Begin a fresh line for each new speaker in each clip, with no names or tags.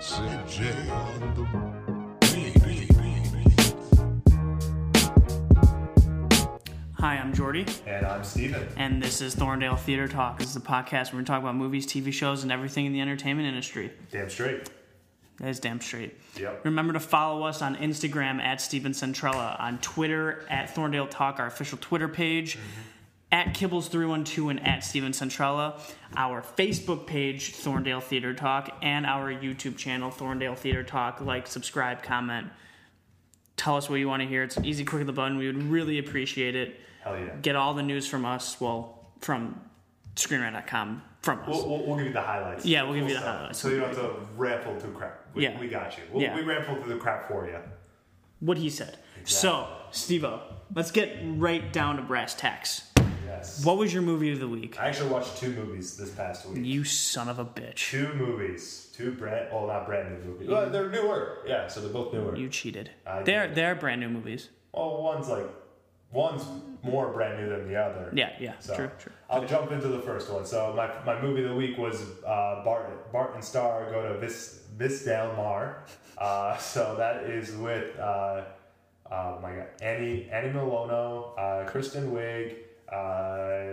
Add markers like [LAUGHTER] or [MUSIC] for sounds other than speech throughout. CJ on the
Hi, I'm Jordy,
And I'm Steven.
and this is Thorndale Theater Talk. This is the podcast where we talk about movies, TV shows, and everything in the entertainment industry.
Damn straight.
That is damn straight.
Yep.
Remember to follow us on Instagram at Steven Centrella, on Twitter at Thorndale Talk, our official Twitter page, at Kibbles312 and at Steven Centrella, our Facebook page, Thorndale Theater Talk, and our YouTube channel, Thorndale Theater Talk. Like, subscribe, comment. Tell us what you want to hear. It's an easy click of the button. We would really appreciate it.
Hell yeah.
get all the news from us. Well, from screenrant.com from us.
We'll, we'll, we'll give you the highlights.
Yeah, we'll give
Cool
you the
stuff.
highlights.
So you don't have to ramble through crap. We,
Yeah.
we got you. We'll,
Yeah.
We ramble through the crap for you.
what he said. So, Stevo, let's get right down to brass tacks.
Yes.
What was your movie of the week?
I actually watched two movies this past week.
You son of a bitch.
Two movies. Two brand, well, not brand new movies. Well, Uh, they're newer. Yeah, so they're both newer.
You cheated.
I
They're
did.
they're brand new movies.
Well, one's like, one's more brand new than the other.
Yeah, yeah, true, true.
I'll jump into the first one. So my, my movie of the week was uh, Bart Bart and Star go to Vis Vis Del Mar. Uh, [LAUGHS] so that is with uh, oh my god Annie Annie Malono, uh, Kristen Wiig, uh,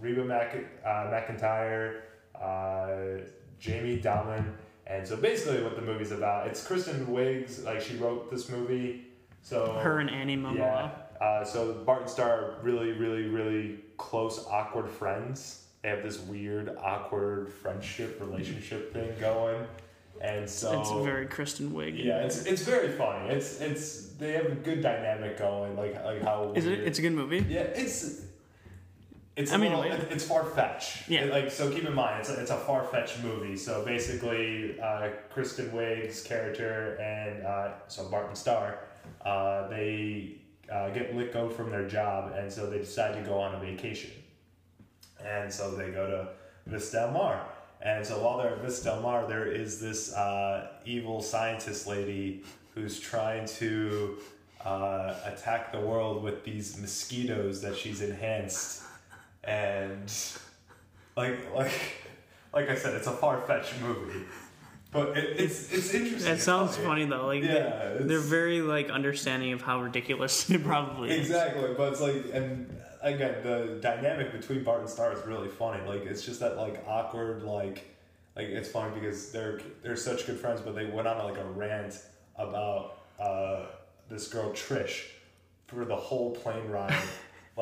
Reba Mc, uh, McIntyre, uh, Jamie Dolan, and so basically what the movie's about. It's Kristen Wiig's like she wrote this movie. So
Her and Annie Momoa.
yeah. Uh, so Bart and Star are really, really, really close, awkward friends. They have this weird, awkward friendship relationship thing going, and so
It's very Kristen Wiig.
yeah, it's it's very funny. It's it's they have a good dynamic going, like like how
Is it?
weird-
It's a good movie.
yeah, it's. It's
I
I
mean,
mean,
in a way.
it's far fetched.
Yeah.
like so, keep in mind, it's a, it's a far fetched movie. So basically, uh, Kristen Wiig's character and uh, so Barton Starr, uh, they uh, get let go from their job, and so they decide to go on a vacation. And so they go to Vista Del Mar. And so while they're at Vista Del Mar, there is this uh, evil scientist lady who's trying to uh, attack the world with these mosquitoes that she's enhanced. And like like like I said, it's a far fetched movie, but it, it's it's interesting.
That sounds funny though. Like
Yeah,
they're, they're
it's-
very like understanding of how ridiculous [LAUGHS] it probably is.
Exactly, but it's like, and again, the dynamic between Bart and Star is really funny. Like, it's just that like awkward, like, like it's funny because they're they're such good friends, but they went on like a rant about uh, this girl Trish for the whole plane ride.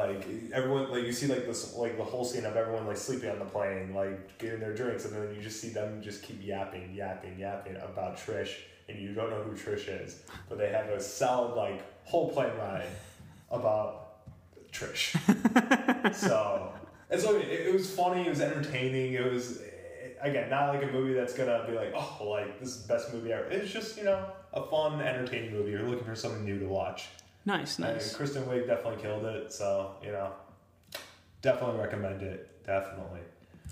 like everyone, like you see like this, like the whole scene of everyone like sleeping on the plane, like getting their drinks, and then you just see them just keep yapping, yapping, yapping about Trish. And you don't know who Trish is, but they have a solid like whole plane ride about Trish. so and so it, it was funny. It was entertaining. It was eh, again not like a movie that's gonna be like oh like this is the best movie ever. It's just you know a fun, entertaining movie. You're looking for something new to watch.
Nice,
And
nice.
Kristen Wiig definitely killed it. So you know definitely recommend it. Definitely.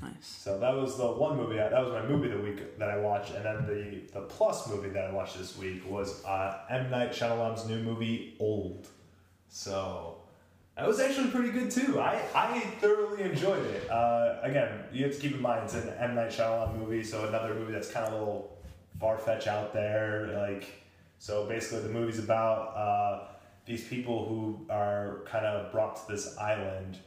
Nice.
So that was the one movie. I, that was my movie of the week that I watched, and then the the plus movie that I watched this week was uh, M Night Shyamalan's new movie Old. So that was actually pretty good too. I I thoroughly enjoyed it. Uh, again, you have to keep in mind it's an M Night Shyamalan movie, so another movie that's kind of a little far fetched out there. Like so, basically the movie's about. Uh, these people who are kind of brought to this island,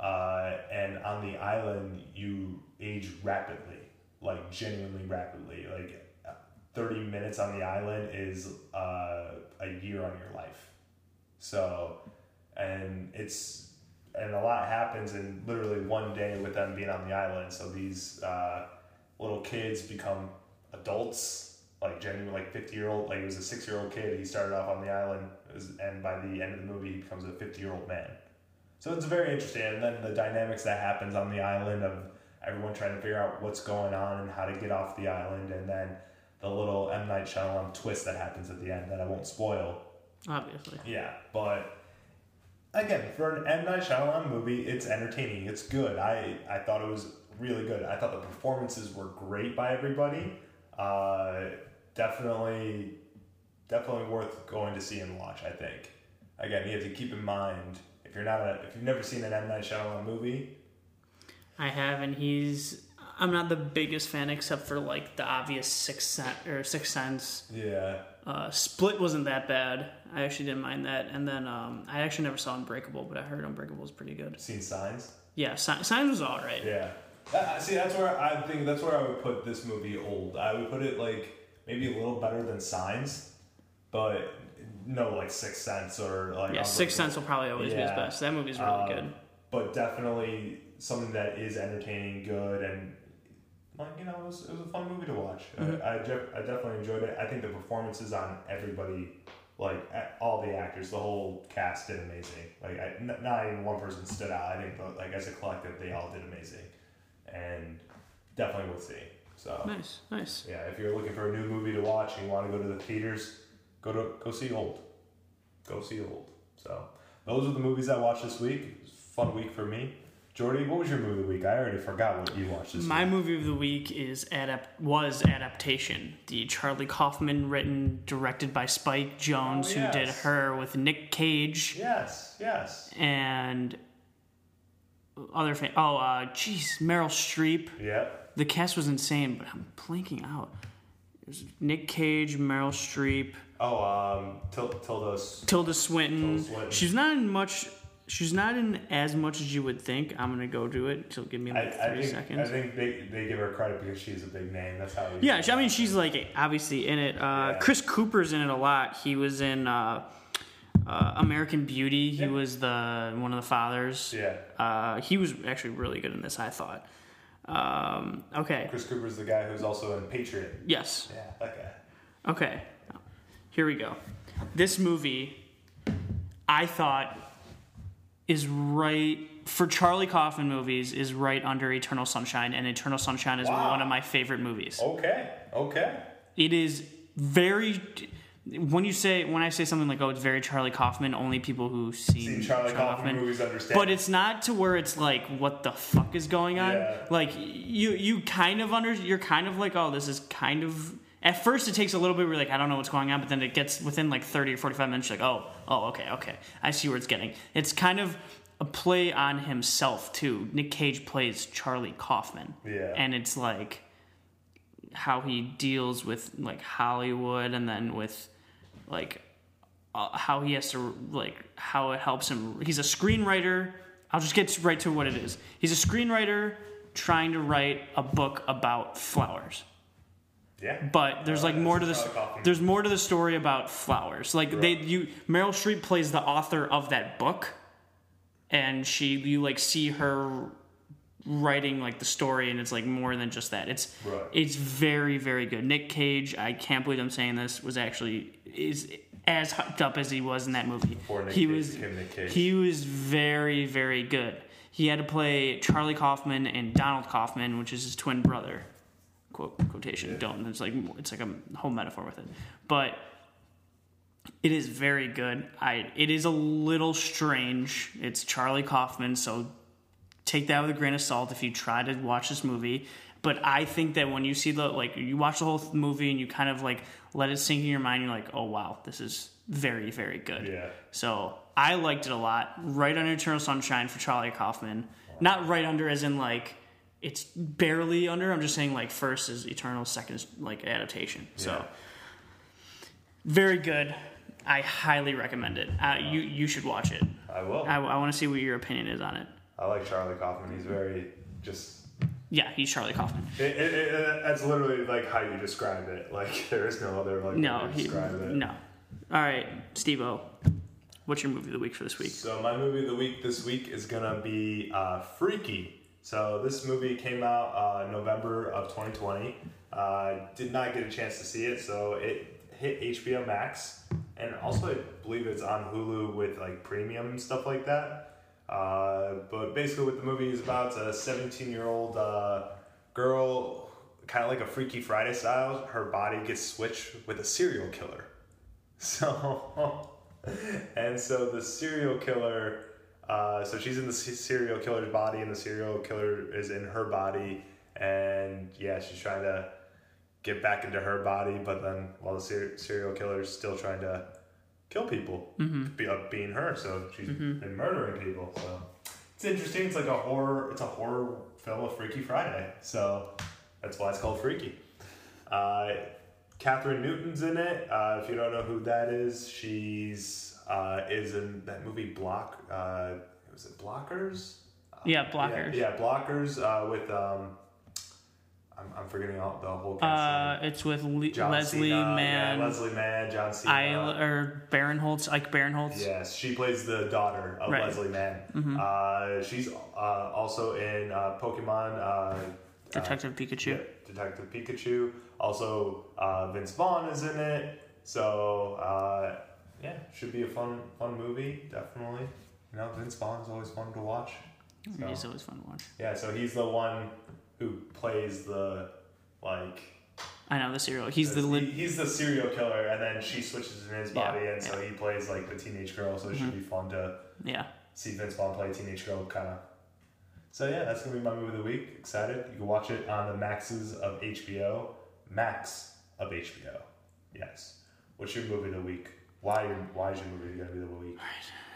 uh, and on the island you age rapidly, like genuinely rapidly. Like thirty minutes on the island is uh, a year on your life. So, and it's and a lot happens in literally one day with them being on the island. So these uh, little kids become adults, like genuine, like fifty year old. Like he was a six year old kid. He started off on the island, it was- and by the end of the movie, he becomes a fifty year old man. So it's very interesting. And then the dynamics that happens on the island of everyone trying to figure out what's going on and how to get off the island, and then the little M Night Shyamalan twist that happens at the end that I won't spoil.
Obviously.
Yeah, but again, for an M Night Shyamalan movie, it's entertaining. It's good. I I thought it was really good. I thought the performances were great by everybody. Uh, definitely, definitely worth going to see and watch. I think. Again, you have to keep in mind if you're not a, if you've never seen an M Night Shyamalan movie.
I have, and he's I'm not the biggest fan except for like the obvious Sixth Sense or Sixth Sense.
Yeah.
Uh, Split wasn't that bad. I actually didn't mind that. And then um, I actually never saw Unbreakable, but I heard Unbreakable was pretty good.
Seen signs.
Yeah, Sign- Signs was all right.
Yeah. Uh, see, that's where I think that's where I would put this movie old. I would put it like maybe a little better than Signs, but no like Sixth Sense or like
Yeah, Sixth Sense will probably always be his
Yeah.
best. That movie's really
Um,
good.
But definitely something that is entertaining, good, and like you know, it was, it was a fun movie to watch. I, I, def- I definitely enjoyed it. I think the performances on everybody, like a- all the actors, the whole cast did amazing. Like I n not even one person stood out. I think, but like as a collective, they all did amazing, and definitely worth seeing. So
Nice, nice.
yeah, if you're looking for a new movie to watch and you want to go to the theaters, go to go see Old. Go see Old. So those are the movies I watched this week. It was a fun week for me. Jordy, what was your movie of the week? I already forgot what you watched this
My
week.
movie of the week is adapt was adaptation. The Charlie Kaufman written, directed by Spike Jones,
Oh, yes.
who did her with Nick Cage.
Yes, yes.
and other fan. Oh, uh, jeez, Meryl Streep.
Yep.
The cast was insane, but I'm blanking out. There's Nick Cage, Meryl Streep,
Oh, um, Til- Tilda. S-
Tilda Swinton.
Tilda Swinton.
She's not in much. She's not in as much as you would think. I'm gonna go do it. She'll give me
I,
like
I
three
think I
seconds.
think they, they give her credit because she's a big name. That's how. we-
yeah, she- I mean she's like obviously in it. Uh,
Yeah.
Chris Cooper's in it a lot. He was in uh, uh, American Beauty. He
Yeah.
was the one of the fathers.
Yeah.
Uh, he was actually really good in this, I thought. Um, okay.
Chris Cooper's the guy who's also in Patriot.
Yes.
Yeah, that guy.
Okay. Here we go. This movie, I thought, is right for Charlie Kaufman movies is right under Eternal Sunshine, and Eternal Sunshine is
Wow.
one of my favorite movies.
Okay. Okay.
It is very. When you say when I say something like, "Oh, it's very Charlie Kaufman," only people who see
Seen Charlie Kaufman movies understand.
But it's not to where it's like, "What the fuck is going on?"
Yeah.
Like you, you kind of under, you're kind of like, "Oh, this is kind of." At first, it takes a little bit. We're like, "I don't know what's going on," but then it gets within like thirty or forty-five minutes. You're like, "Oh, oh, okay, okay, I see where it's getting." It's kind of a play on himself too. Nick Cage plays Charlie Kaufman,
Yeah.
and it's like how he deals with like Hollywood and then with like uh, how he has to like how it helps him. He's a screenwriter. I'll just get right to what it is. He's a screenwriter trying to write a book about flowers.
Yeah.
But there's like
Uh,
more to this.
Charlie Kaufman.
There's more to the story about flowers. Like they,
Right.
you Meryl Streep plays the author of that book, and she you like see her writing like the story, and it's like more than just that. It's
Right.
it's very very good. Nick Cage, I can't believe I'm saying this, was actually is as hyped up as he was in that movie.
Before Nick
he
Cage
was
became Nick Cage.
he was very very good. He had to play Charlie Kaufman and Donald Kaufman, which is his twin brother quote quotation don't it's like it's like a whole metaphor with it but it is very good i it is a little strange it's charlie kaufman so take that with a grain of salt if you try to watch this movie but i think that when you see the like you watch the whole th- movie and you kind of like let it sink in your mind you're like oh wow this is very very good
Yeah.
so i liked it a lot right under eternal sunshine for charlie kaufman not right under as in like it's barely under i'm just saying like first is eternal second is like adaptation so
Yeah.
very good i highly recommend it uh, you you should watch it
I will.
i, I want to see what your opinion is on it
I like Charlie Kaufman. He's very just.
yeah he's charlie kaufman
It, it, it, it- that's literally like how you describe it. Like [LAUGHS] there is no other like way
No,
to
he,
describe it.
no. All right, Steve-O. What's your movie of the week for this week?
So my movie of the week this week is gonna be uh, Freaky. So this movie came out uh, November of 2020. Uh, did not get a chance to see it, so it hit HBO Max, and also I believe it's on Hulu with like premium and stuff like that. Uh, but basically, what the movie is about is a 17 year old uh, girl, kind of like a Freaky Friday style. Her body gets switched with a serial killer. So, [LAUGHS] and so the serial killer, uh, so she's in the se- serial killer's body, and the serial killer is in her body, and yeah, she's trying to get back into her body, but then while the ser- serial killer's still trying to kill people, be, uh, being her, so she's been murdering people. So It's interesting. It's like a horror. It's a horror film of Freaky Friday, so that's why it's called Freaky. Uh, Catherine Newton's in it. Uh, if you don't know who that is, she's uh, is in that movie Block. Uh, was it Blockers?
Yeah, blockers.
Yeah, yeah Blockers uh, with um, I'm, I'm forgetting all, the whole cast.
Uh, it's with Le-
John
Leslie
Cena,
Mann,
yeah, Leslie Mann, John Cena.
Isla, or Barinholtz, Ike Barinholtz.
Yes, she plays the daughter of
Right. Mm-hmm.
Leslie Mann. Uh, she's uh, also in uh, Pokemon uh,
Detective Pikachu.
yeah, Detective Pikachu. Also, uh, Vince Vaughn is in it. So uh, yeah, should be a fun fun movie, definitely. You know, Vince Vaughn is always fun to watch. So,
It's always fun to watch.
yeah, so he's the one who plays the like.
I know the serial. He's the
he-
li-
he's the serial killer, and then she switches in his
Yeah, Mm-hmm.
body, and so he plays like the teenage girl. So it should be fun to
yeah.
see Vince Vaughn play a teenage girl, kind of. So yeah, that's gonna be my movie of the week. Excited! You can watch it on the maxes of HBO. Max of HBO. Yes. What's your movie of the week? Why? Why is your movie gonna be the week?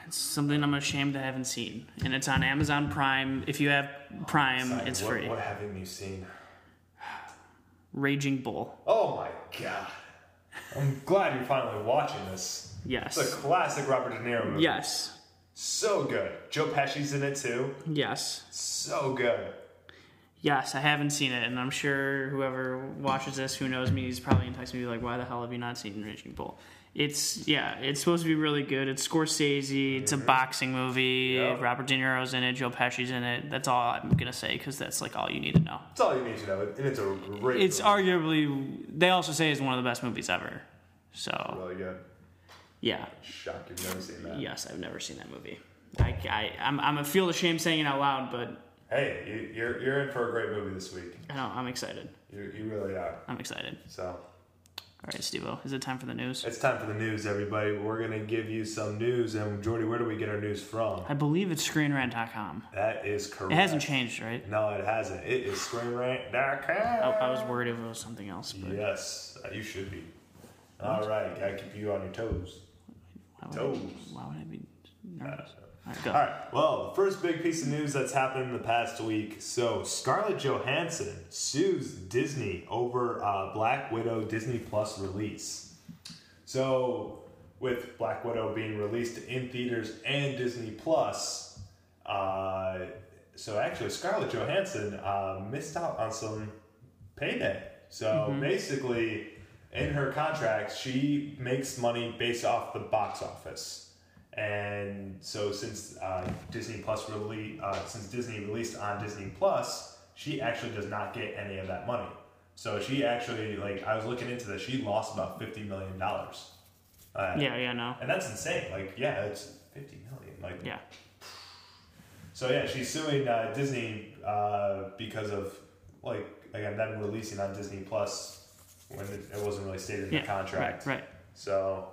It's something I'm ashamed I haven't seen, and it's on Amazon Prime. If you have Prime,
Simon,
it's
what,
free.
What haven't you seen?
Raging Bull.
Oh my god! I'm glad you're finally watching this.
Yes.
It's a classic Robert De Niro movie.
Yes.
So good. Joe Pesci's in it too.
Yes.
So good.
Yes, I haven't seen it, and I'm sure whoever watches this, who knows me, is probably enticing me like, "Why the hell have you not seen Raging Bull?" It's yeah, it's supposed to be really good. It's Scorsese. It's a boxing movie.
Yep.
Robert De Niro's in it. Joe Pesci's in it. That's all I'm gonna say because that's like all you need to know.
That's all you need to know, and it's a great.
It's
movie.
arguably they also say it's one of the best movies ever. So
really good.
yeah,
Shocked you've never seen that.
yes, I've never seen that movie. I, I I'm I'm I feel ashamed saying it out loud, but
Hey, you, you're you're in for a great movie this week.
I don't, I'm excited.
You you really are.
I'm excited.
So
All right, Stevo, is it time for the news?
it's time for the news, everybody. We're gonna give you some news, and Jordy, where do we get our news from?
I believe it's ScreenRant.com.
That is correct.
It hasn't changed, right?
No, it hasn't. It is
I,
screenrant.com.
Oh, I was worried if it was something else, but
Yes, you should be. All right, gotta keep you on your toes.
why, would I,
Toes.
why would I be
Uh,
nervous? All right,
All
go.
right. Well, the first big piece of news that's happened in the past week. So Scarlett Johansson sues Disney over uh, Black Widow Disney Plus release. So with Black Widow being released in theaters and Disney Plus, uh, so actually Scarlett Johansson uh, missed out on some payday. So basically, in her contract, she makes money based off the box office. And so since uh, Disney Plus rele- uh, since Disney released on Disney Plus, she actually does not get any of that money. So she actually like I was looking into this, she lost about fifty million dollars. Uh,
Yeah, yeah, no,
and that's insane. Like, yeah, it's fifty million. Like,
yeah,
so yeah, she's suing uh, Disney uh, because of like again them releasing on Disney Plus when it, it wasn't really stated in
yeah.
the contract.
Right, right.
So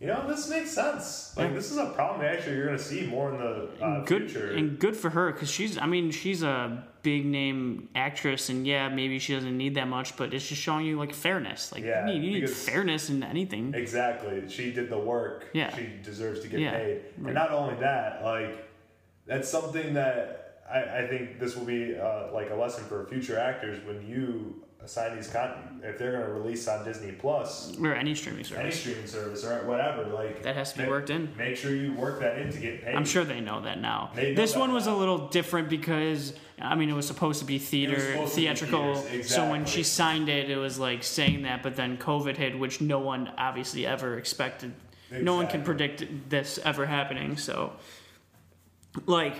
you know this makes sense. Like,
Yeah.
this is a problem actually you're gonna see more in the uh,
good
future.
and good for her because she's i mean she's a big name actress and yeah maybe she doesn't need that much but it's just showing you like fairness like
Yeah,
you need, you need
because-
fairness in anything
Exactly. She did the work.
Yeah.
She deserves to get
Yeah.
paid. And not only that, like, that's something that I, I think this will be uh, like a lesson for future actors when you assign these con if they're going to release on Disney Plus,
or any streaming
any
service
streaming service or whatever, like
That has to be
ma-
worked in.
Make sure you work that in to get paid.
i'm sure they know that now
They know
this
that
one was
now.
a little different because i mean it was supposed to be theater
supposed to be
theatrical
theaters,
so when
exactly.
she signed it it was like saying that but then covid hit which no one obviously ever expected no one can
Exactly.
predict this ever happening so like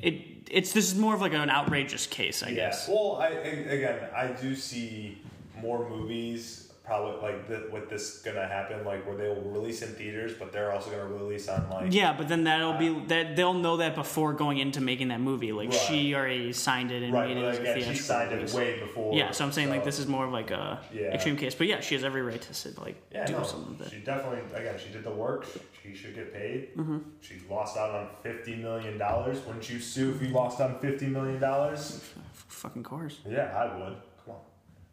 it it's this is more of like an outrageous case i
Yes.
guess
Well, I a- again, I do see more movies probably like th- with this gonna happen, like where they will release in theaters, but they're also gonna release on like
yeah but then that'll
Uh,
be that they'll know that before going into making that movie like
Right.
she already signed it and
Right,
made it
but
as a
again, she
theatrical
signed it
release.
way before.
yeah so i'm saying like this is more of like a
Yeah.
extreme case but yeah she has every right to sit, like
yeah,
do
no,
something with it
She definitely again she did the work. She should get paid. Mm-hmm. She lost out on fifty million dollars. Wouldn't you sue if you lost on fifty million dollars?
F- fucking course
Yeah, I would. Come on.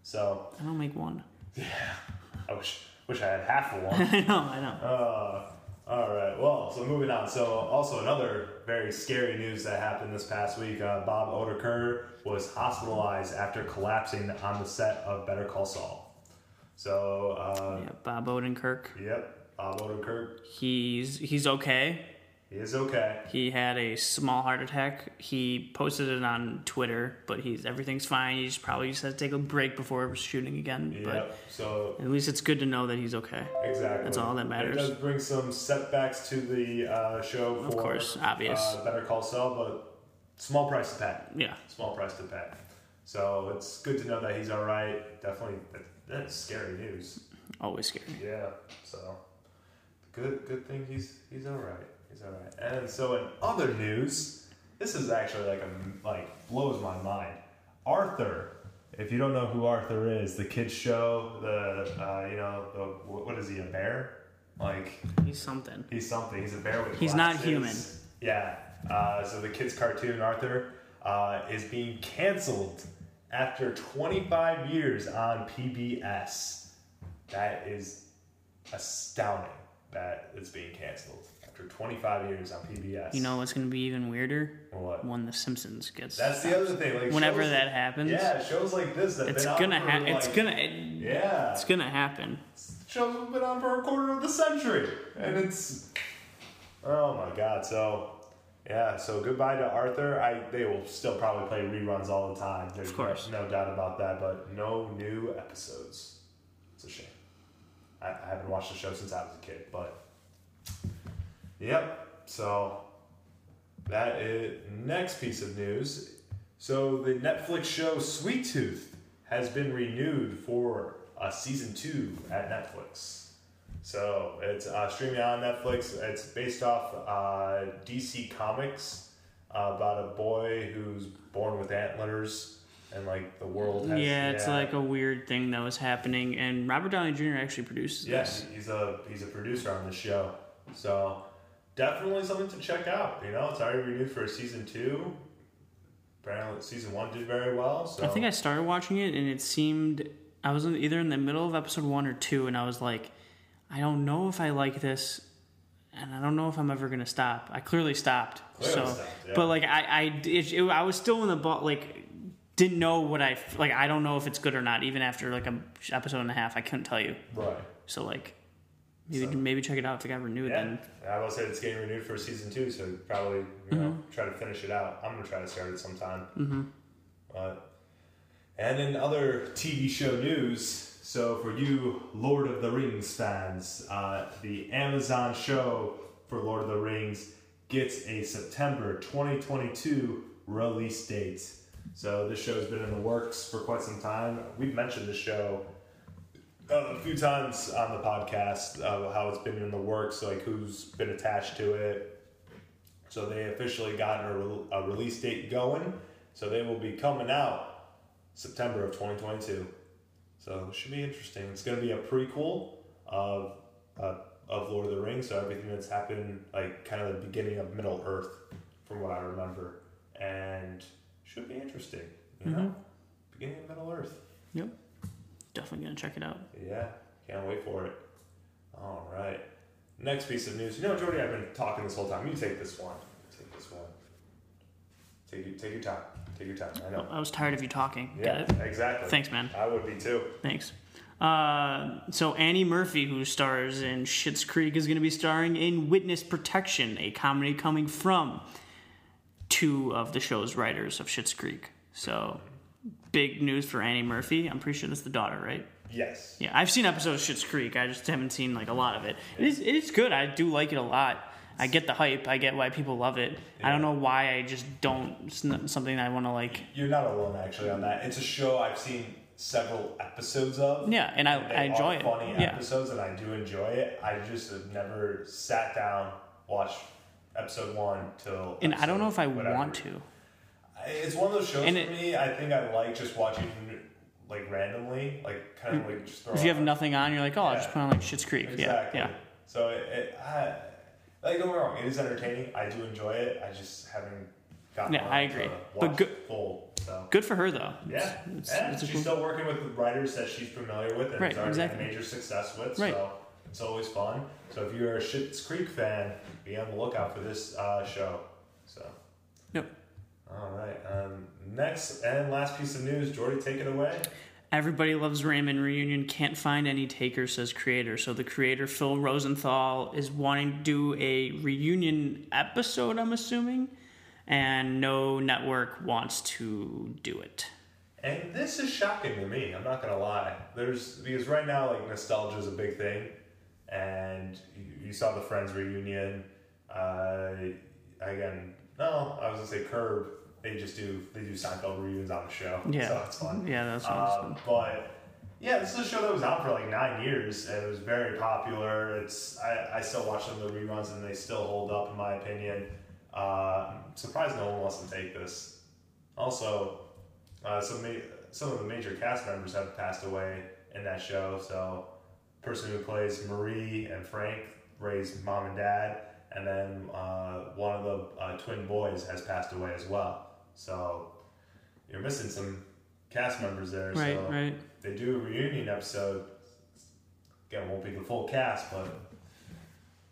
So
i don't make one [LAUGHS]
I wish wish I had half of one.
i know i know
uh, All right. Well, so moving on. So also another very scary news that happened this past week. Uh, Bob Odeker was hospitalized after collapsing on the set of Better Call Saul. So uh,
Yeah, Bob Odenkirk.
yep, Bob Odeker.
He's he's okay.
He is okay.
He had a small heart attack. He posted it on Twitter, but he's everything's fine. He just probably just has to take a break before shooting again.
Yep. So
But at least it's good to know that he's okay.
Exactly.
That's all that matters.
It does bring some setbacks to the uh, show. For,
course, obvious.
Uh, Better Call Saul, but small price to pay.
Yeah.
Small price to pay. So it's good to know that he's all right. Definitely, that, that's scary news.
Always scary.
Yeah. So good, good thing he's he's all right. He's all right. And so in other news, this is actually like a like blows my mind. Arthur. If you don't know who Arthur is, the kids show, the uh, you know, the, what what is he a bear? Like
He's something.
He's something. He's a bear with
He's not
glasses.
human.
Yeah. Uh, so the kids' cartoon Arthur uh, is being canceled after 25 years on PBS. That is astounding that it's being canceled after 25 years on PBS.
You know what's gonna be even weirder?
what?
When The Simpsons gets.
That's the other thing. Like
Whenever
shows-
that happens,
Yeah, shows like this that
it's
been on
gonna
for,
happen. It's
like-
gonna. It,
Yeah.
it's gonna happen.
show's been on for a quarter of the century, and it's oh my god. So yeah, so goodbye to Arthur. I they will still probably play reruns all the time. There's
Of course.
no, no doubt about that. But no new episodes. It's a shame. I, I haven't watched the show since I was a kid, but yep. So that is next piece of news. So the Netflix show Sweet Tooth has been renewed for uh, season two at Netflix. So it's uh, streaming on Netflix. It's based off uh, DC Comics uh, about a boy who's born with antlers and like the world. Has,
yeah, it's like a weird thing that was happening, and Robert Downey Jr. actually produces
Yes, he's a he's a producer on the show, so definitely something to check out. You know, it's already renewed for season two. Apparently, season one did very well. So
I think I started watching it and it seemed I was in, either in the middle of episode one or two, and I was like, I don't know if I like this, and I don't know if I'm ever gonna stop. I clearly stopped.
Clearly
so,
stopped, yeah.
but like I, I, it, it- I was still in the ball. Like, didn't know what I like. I don't know if it's good or not. Even after like a episode and a half, I couldn't tell you.
right.
So like, maybe maybe check it out if it got renewed.
Yeah,
Then Mm-hmm.
I will say it's getting renewed for season two, so probably you know try to finish it out. I'm gonna try to start it sometime. Mm-hmm. But and in other TV show news, so for you Lord of the Rings fans, uh, the Amazon show for Lord of the Rings gets a September 2022 release date. So this show's been in the works for quite some time. We've mentioned the show uh, a few times on the podcast uh, how it's been in the works, like who's been attached to it. So they officially got a, rel a release date going. So they will be coming out September of 2022. So it should be interesting. It's going to be a prequel of uh, of Lord of the Rings. So everything that's happened, like kind of the beginning of Middle Earth, from what I remember, and should be interesting. You know, beginning of Middle Earth.
yep, definitely gonna check it out.
Yeah, can't wait for it. All right. Next piece of news. You know, Jordy, I've been talking this whole time. You take this one. Take this one. Take your, take your time. Take your time. I know.
I was tired of you talking. Got
Yeah,
it?
exactly.
Thanks, man.
I would be too.
Thanks. Uh, so Annie Murphy, who stars in Schitt's Creek, is going to be starring in Witness Protection, a comedy coming from two of the show's writers of Schitt's Creek. So big news for Annie Murphy. I'm pretty sure that's the daughter, right?
Yes.
Yeah, I've seen episodes of Schitt's Creek. I just haven't seen like a lot of it. It is, it is good. I do like it a lot. I get the hype. I get why people love it. I don't know why I just don't. It's not something I want to like.
You're not alone, actually, on that. It's a show I've seen several episodes of.
Yeah, and I,
They
I enjoy
are
it.
funny
yeah.
episodes, and I do enjoy it. I just have never sat down, watched episode one till.
and I don't know if I
episode whatever.
want to.
It's one of those shows
And
for
it-
me. I think I like just watching like randomly, like kind of like just throw.
If you have
on-
nothing on, you're like, oh, I'll
Yeah.
just put on like Shit's Creek.
exactly.
Yeah, yeah.
So it, it I, like don't get me wrong, it is entertaining. I do enjoy it. I just haven't gotten.
Yeah,
around
I agree.
To
But
watch
good-
full. So.
Good for her though.
Yeah,
It's,
yeah.
it's a
she's
cool-
still working with writers that she's familiar with and
Right,
has already had
exactly.
major success with.
Right.
So It's always fun. So if you're a Schitt's Creek fan, be on the lookout for this uh, show. So,
Yep.
all right. Um, next and last piece of news, Jordy, take it away.
Everybody loves Raymond reunion. Can't find any takers, says creator. So the creator Phil Rosenthal is wanting to do a reunion episode. I'm assuming, and no network wants to do it.
And this is shocking to me. I'm not gonna lie. There's because right now, like nostalgia is a big thing, and you, you saw the Friends reunion. Uh, again, no, I was gonna say Curb. They just do they do Seinfeld reunions on the show.
Yeah.
so it's fun.
Yeah, that's what I'm
Uh, but yeah, this is a show that was out for like nine years and it was very popular. It's I, I still watch some of the reruns and they still hold up in my opinion. Uh, I'm surprised no one wants to take this. Also, uh, some ma- some of the major cast members have passed away in that show. So, person who plays Marie and Frank raised mom and dad, and then uh, one of the uh, twin boys has passed away as well. So, you're missing some cast members there.
Right,
so
right.
They do a reunion episode. Again, won't be the full cast, but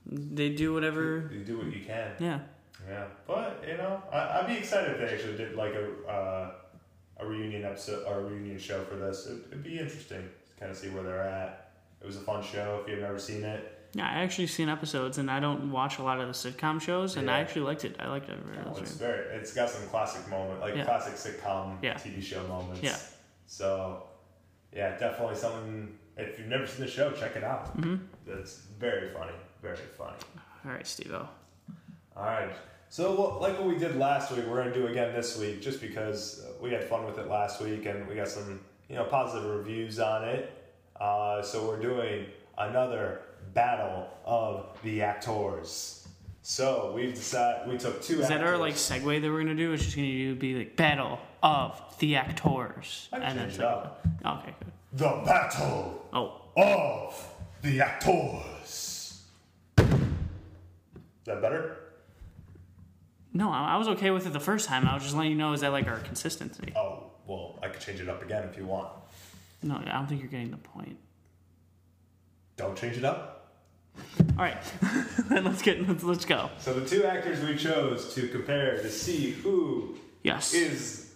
They do whatever.
you do what you can.
Yeah.
Yeah, but you know, I, I'd be excited if they actually did like a uh, a reunion episode or a reunion show for this. It, it'd be interesting to kind of see where they're at. It was a fun show if you've never seen it.
Yeah, I actually seen episodes, and I don't watch a lot of the sitcom shows, and I
Yeah.
actually liked it. I liked it. It was
It's
very-
very, it's got some classic moment, like
Yeah.
classic sitcom
Yeah.
TV show moments.
Yeah.
So, yeah, definitely something. If you've never seen the show, check it out.
Mm-hmm.
It's very funny, very funny.
All right, Steve-O.
All right. So, well, like what we did last week, we're going to do again this week, just because uh, we had fun with it last week and we got some, you know, positive reviews on it. Uh, so we're doing another battle of the actors. So we've decided we took two.
Is that
actors.
our like segue that we're gonna do? It's just gonna do- be like battle of the actors,
I
and then
changed it up.
it's like- okay, good.
the battle
Oh,
of the actors. Is that better?
No, I I was okay with it the first time. I was just letting you know is that like our consistency.
Oh well, I could change it up again if you want.
No, I don't think you're getting the point.
Don't change it up.
All right, [LAUGHS] then let's get let's, let's go.
So the two actors we chose to compare to see who
Yes.
is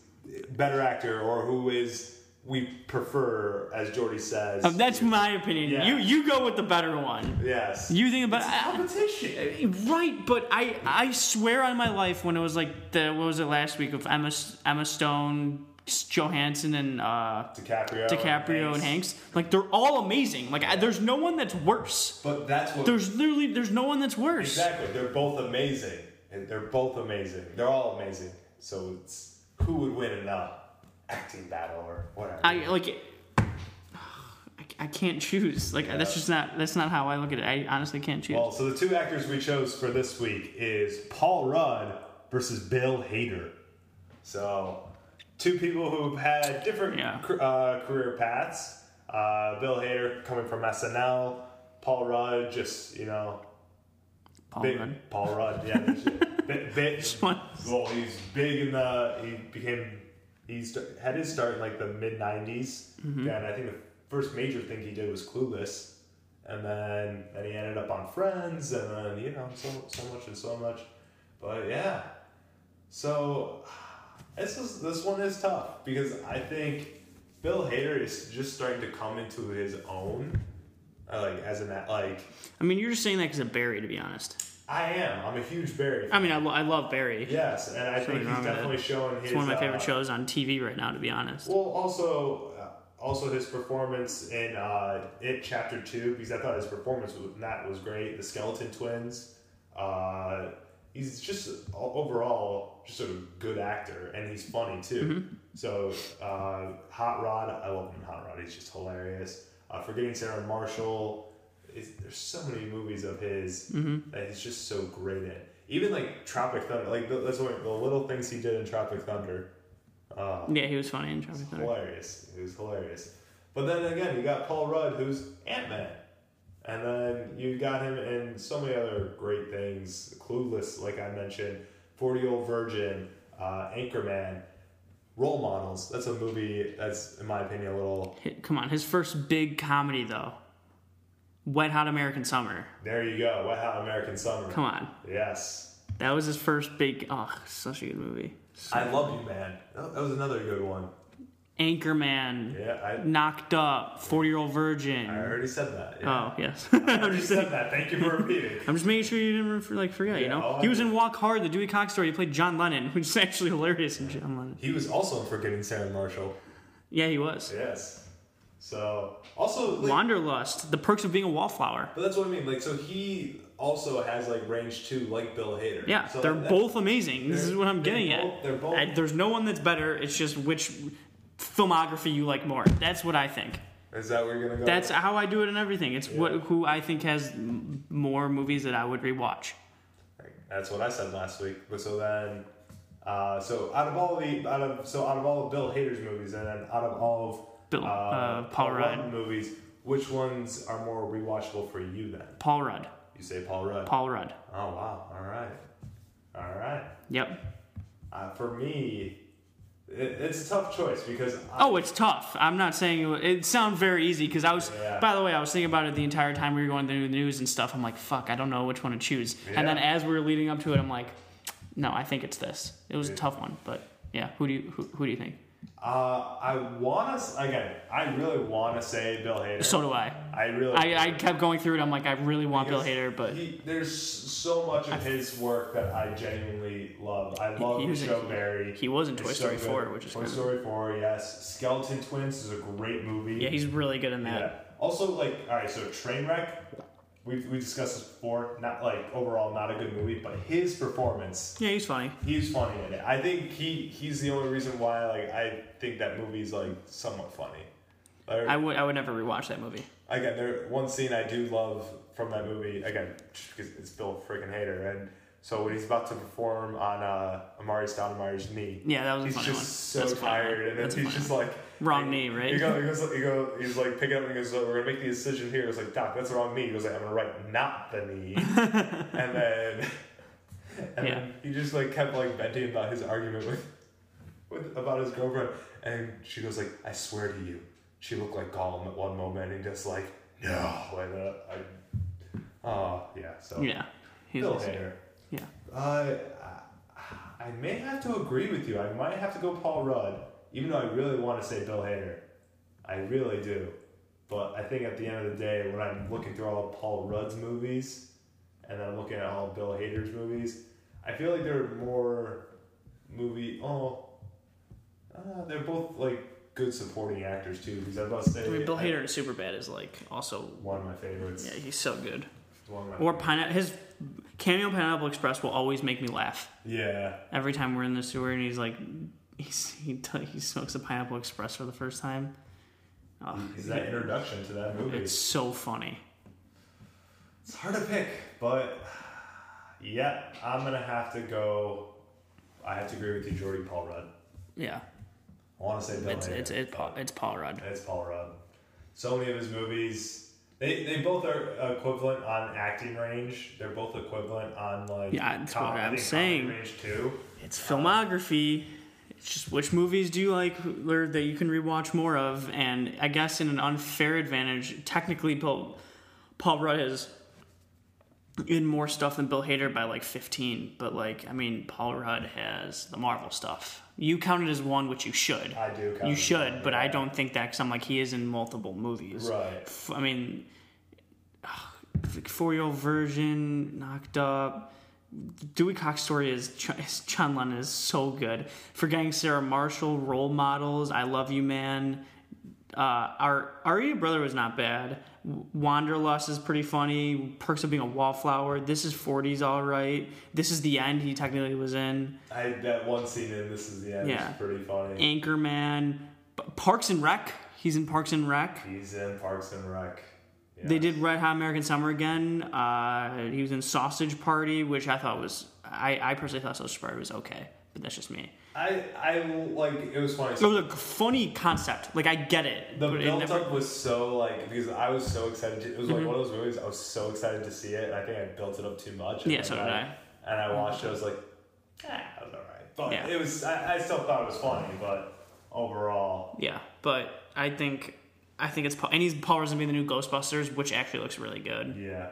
better actor or who is we prefer, as Jordy says.
Um, that's my opinion.
Yeah.
You you go with the better one.
yes.
You think about
competition.
right, but I I swear on my life when it was like the what was it last week of Emma Emma Stone, Johansson, and uh,
DiCaprio.
DiCaprio and Hanks. Like they're all amazing. Like I, there's no one that's worse.
But that's what
There's literally there's no one that's worse.
exactly. They're both amazing. And They're both amazing. They're all amazing. So it's who would win in a acting battle or whatever.
I like. [SIGHS] I- I can't choose. Like that's just not that's not how I look at it. I honestly can't choose.
well, so the two actors we chose for this week is Paul Rudd versus Bill Hader. So, two people who've had different
Yeah.
cr- uh, career paths. Uh, Bill Hader coming from SNL, Paul Rudd just you know
Paul
big,
Rudd.
Paul Rudd, yeah. big, big,
one.
well, he's big in the. He became. He st- had his start in like the mid '90s, and I think the first major thing he did was Clueless, and then then he ended up on Friends, and then you know so so much and so much, but yeah. So this is this one is tough because I think Bill Hader is just starting to come into his own, uh, like as an a- like
I mean, you're just saying that because of Barry, to be honest.
I am. I'm a huge Barry. fan.
I mean, I, lo- I love Barry.
Yes, and I
Sure,
think
I'm
he's
a-
definitely showing his.
It's one of my
uh,
favorite shows on TV right now, to be honest.
Well, also, uh, also his performance in uh, it chapter two because I thought his performance was, that was great. The Skeleton Twins. Uh, he's just o- overall just a good actor, and he's funny too. So, uh, Hot Rod, I love him. in Hot Rod, he's just hilarious. Uh, Forgetting Sarah Marshall. It's, there's so many movies of his that he's just so great in. Even like Tropic Thunder, like the, that's what, the little things he did in Tropic Thunder. Uh,
Yeah, he was funny in Tropic Thunder.
hilarious. It was hilarious. But then again, you got Paul Rudd, who's Ant Man, and then you got him in so many other great things. Clueless, like I mentioned, Forty Year Old Virgin, uh, Anchorman, Role Models. That's a movie that's, in my opinion, a little
Hi- Come on, his first big comedy though Wet Hot American Summer.
There you go. Wet Hot American Summer.
Come on.
Yes.
That was his first big. Oh, such a good movie.
I love you, man. That that was another good one.
Anchorman.
Yeah,
Knocked Up. 40 Year Old
I, I
Virgin.
already said that.
[LAUGHS]
Yeah.
Oh, yes. I'm
You
just
said that. Thank you for repeating.
I'm just making sure you didn't for, like forget, you
Yeah,
know.
all I
He was
did-
in Walk Hard, the Dewey Cox story. He played John Lennon, [LAUGHS] which is actually hilarious in John Lennon.
He was also in Forgetting Sarah Marshall.
Yeah, he was.
Yes. So also, like,
Wanderlust, The Perks of Being a Wallflower.
but that's what I mean. Like, so he also has like range too, like Bill Hader.
Yeah,
so
they're
that-
both amazing. This
they're-
is what I'm
they're
getting
both-
at.
they're both-
I- there's no one that's better. It's just which filmography you like more. That's what I think.
Is that where you're gonna go?
That's how I do it in everything. It's what who I think has m- more movies that I would rewatch.
That's what I said last week. But so then, uh, so out of all the out of so out of all of Bill Hader's movies, and then out of all of
Bill- uh, Paul Rudd.
movies, which ones are more rewatchable for you? Then
Paul Rudd.
you say Paul Rudd.
Paul Rudd.
Oh wow! All right, all right.
Yep.
Uh, for me, it, it's a tough choice because I,
Oh, it's tough. I'm not saying it, wa- it sounds very easy because I was.
Yeah.
By the way, I was thinking about it the entire time we were going through the news and stuff. I'm like, fuck, I don't know which one to choose. And then
Yeah.
as we were leading up to it, I'm like, no, I think it's this. It was a tough one, but yeah. Who do you who, who do you think?
uh, I want to again. I really want to say Bill Hader.
So do I.
I really.
I, I kept going through it. I'm like, I really want Bill Hader, but
he, there's so much of his work that I genuinely love. I love
he was in-
Joe Barry.
he was in
It's
Toy
so
Story
good.
4, which is
Toy
kind of,
Story Four. Yes, Skeleton Twins is a great movie.
yeah, he's really good in that.
Yeah. Also, like, all right, so Trainwreck, we we discussed this before. Not like overall, not a good movie, but his performance,
Yeah, he's funny.
he's funny in it. I think he he's the only reason why like I think that movie's like somewhat funny. Like,
I would I would never rewatch that movie.
again, there one scene I do love from that movie again because it's Bill freaking Hader, and so when he's about to perform on uh, Amari Stoudemire's knee,
Yeah, that was a
he's
funny
just
one.
so
That's a funny one.
tired, and then
That's a
he's
funny
just like
Wrong
he-
knee, right?
He goes, he goes, he goes, he's like picking up and he goes, "We're gonna make the decision here." He goes like, "Doc, that's the wrong knee." He goes like, "I'm gonna write not
[LAUGHS]
the knee," and then and
Yeah.
then he just like kept like venting about his argument with with about his girlfriend, and she goes like, "I swear to you, she looked like Gollum at one moment," and just like, "No," and uh, I, oh yeah, so
Yeah, he's
Bill
awesome.
Hader.
Yeah,
Uh, I I may have to agree with you. I might have to go Paul Rudd, even though I really want to say Bill Hader. I really do. But I think at the end of the day, when I'm looking through all of Paul Rudd's movies, and then I'm looking at all of Bill Hader's movies, I feel like there are more movie. Oh, uh, they're both like good supporting actors too. Because I must say,
I mean, Bill
I-
Hader and Superbad is like also
one of my favorites.
yeah, he's so good.
One of my
Or pineapple. His cameo in Pineapple Express will always make me laugh
yeah.
every time we're in the sewer and he's like, he's, he t- he smokes a Pineapple Express for the first time. Oh,
Is that introduction to that movie?
it's so funny.
It's hard to pick, but yeah, I'm gonna have to go. I have to agree with you, Jordy Paul Rudd.
Yeah,
I want to say Bill
it's
Hader.
it's it's Paul, it's Paul Rudd.
It's Paul Rudd. So many of his movies, they they both are equivalent on acting range. They're both equivalent on like
Yeah, that's what
com- I
I'm
think
saying.
comedy range too.
It's filmography. It's just which movies do you like or that you can rewatch more of? And I guess in an unfair advantage, technically, Paul, Paul Rudd is in more stuff than Bill Hader by like 15. But like, I mean, Paul Rudd has the Marvel stuff. You count it as one, which you should.
I do. count
You
him.
should, but I don't think that because I'm like, he is in multiple movies.
Right.
F- I mean, four year old version, knocked up. Dewey Cox story is Ch- is- John Lennon is so good. Forgetting Sarah Marshall, role models, I love you, man. Uh, our Aria brother was not bad. W- Wanderlust is pretty funny. Perks of being a wallflower. This is 40s, all right. This is the end. He technically was in
I that one scene in This Is the End
Yeah.
is pretty funny.
Anchorman, P- Parks and Rec. He's in Parks and Rec.
He's in Parks and Rec. Yeah.
They did Red Hot American Summer again. Uh, he was in Sausage Party, which I thought was I, I personally thought Sausage Party was okay, but that's just me.
I I like it was funny.
It was a funny concept. Like I get it.
The
but it
build
never- Mm-hmm.
up was so like because I was so excited. To, it was like one of those movies I was so excited to see it, and I think I built it up too much. and
Yeah,
then
so did I. Mm-hmm.
And I watched it. I was like, ah, that was alright. But
Yeah.
it was. I, I still thought it was funny, but overall,
yeah, but I think I think it's Paul, and he's Paul Rosen being the new Ghostbusters, which actually looks really good.
Yeah.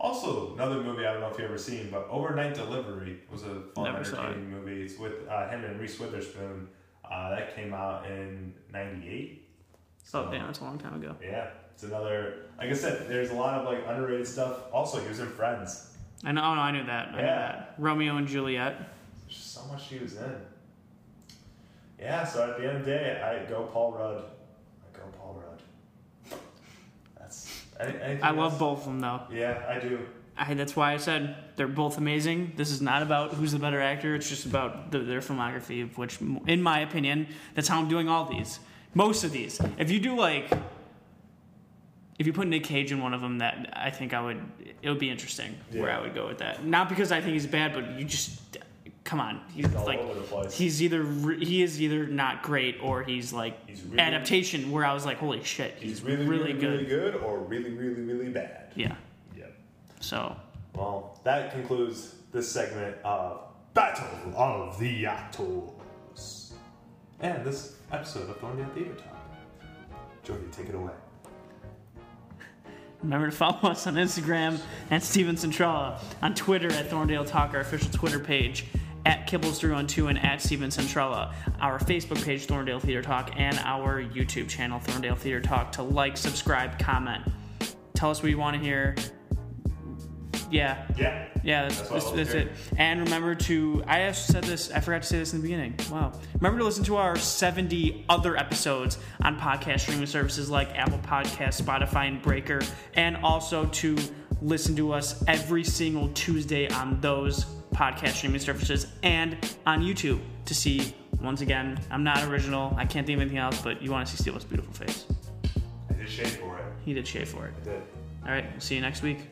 Also, another movie I don't know if you've ever seen, but Overnight Delivery was a fun,
Never saw
entertaining movie. It's with uh, him and Reese Witherspoon. Uh, that came out in '98.
So Oh, damn, it's a long time ago.
Yeah, it's another. Like I said, there's a lot of like underrated stuff. Also, he was in Friends.
I know, oh no, I knew that. I knew
Yeah.
that. Romeo and Juliet.
There's just so much he was in. Yeah. So at the end of the day, I go Paul Rudd. I go Paul Rudd. That's. Any, anything
I love
else?
both of them though.
Yeah, I do.
I, that's why I said they're both amazing. This is not about who's the better actor. It's just about the, their filmography, of which, in my opinion, that's how I'm doing all these. Most of these. If you do like, if you put Nick Cage in one of them, that I think I would. It would be interesting where
Yeah.
I would go with that. Not because I think he's bad, but you just come on. He's,
all
like
over the place.
he's either re- he is either not great or he's like
He's really-
adaptation. Where I was like, holy shit, he's,
He's really,
really, good.
really good, or really, really, really bad.
Yeah.
Yep.
So
Well, that concludes this segment of Battle of the Actors and this episode of Thorndale Theater Talk. Jordan, take it away.
Remember to follow [LAUGHS] us on Instagram at Steven Centrella, on Twitter at Thorndale Talk, our official Twitter page, at Kibbles Through on Two and at Steven Centrella, our Facebook page Thorndale Theater Talk, and our YouTube channel Thorndale Theater Talk to like, subscribe, comment. Tell us what you want to hear. Yeah.
Yeah.
Yeah, that's,
That's all
that's,
I
that's
hear.
it. And remember to, I have said this, I forgot to say this in the beginning. Wow. Remember to listen to our 70 other episodes on podcast streaming services like Apple Podcasts, Spotify, and Breaker, and also to listen to us every single Tuesday on those podcast streaming services and on YouTube to see, once again, I'm not original, I can't think of anything else, but you want to see Steel's beautiful face.
I did shade for it.
He did shade for it.
I did.
All right, we'll see you next week.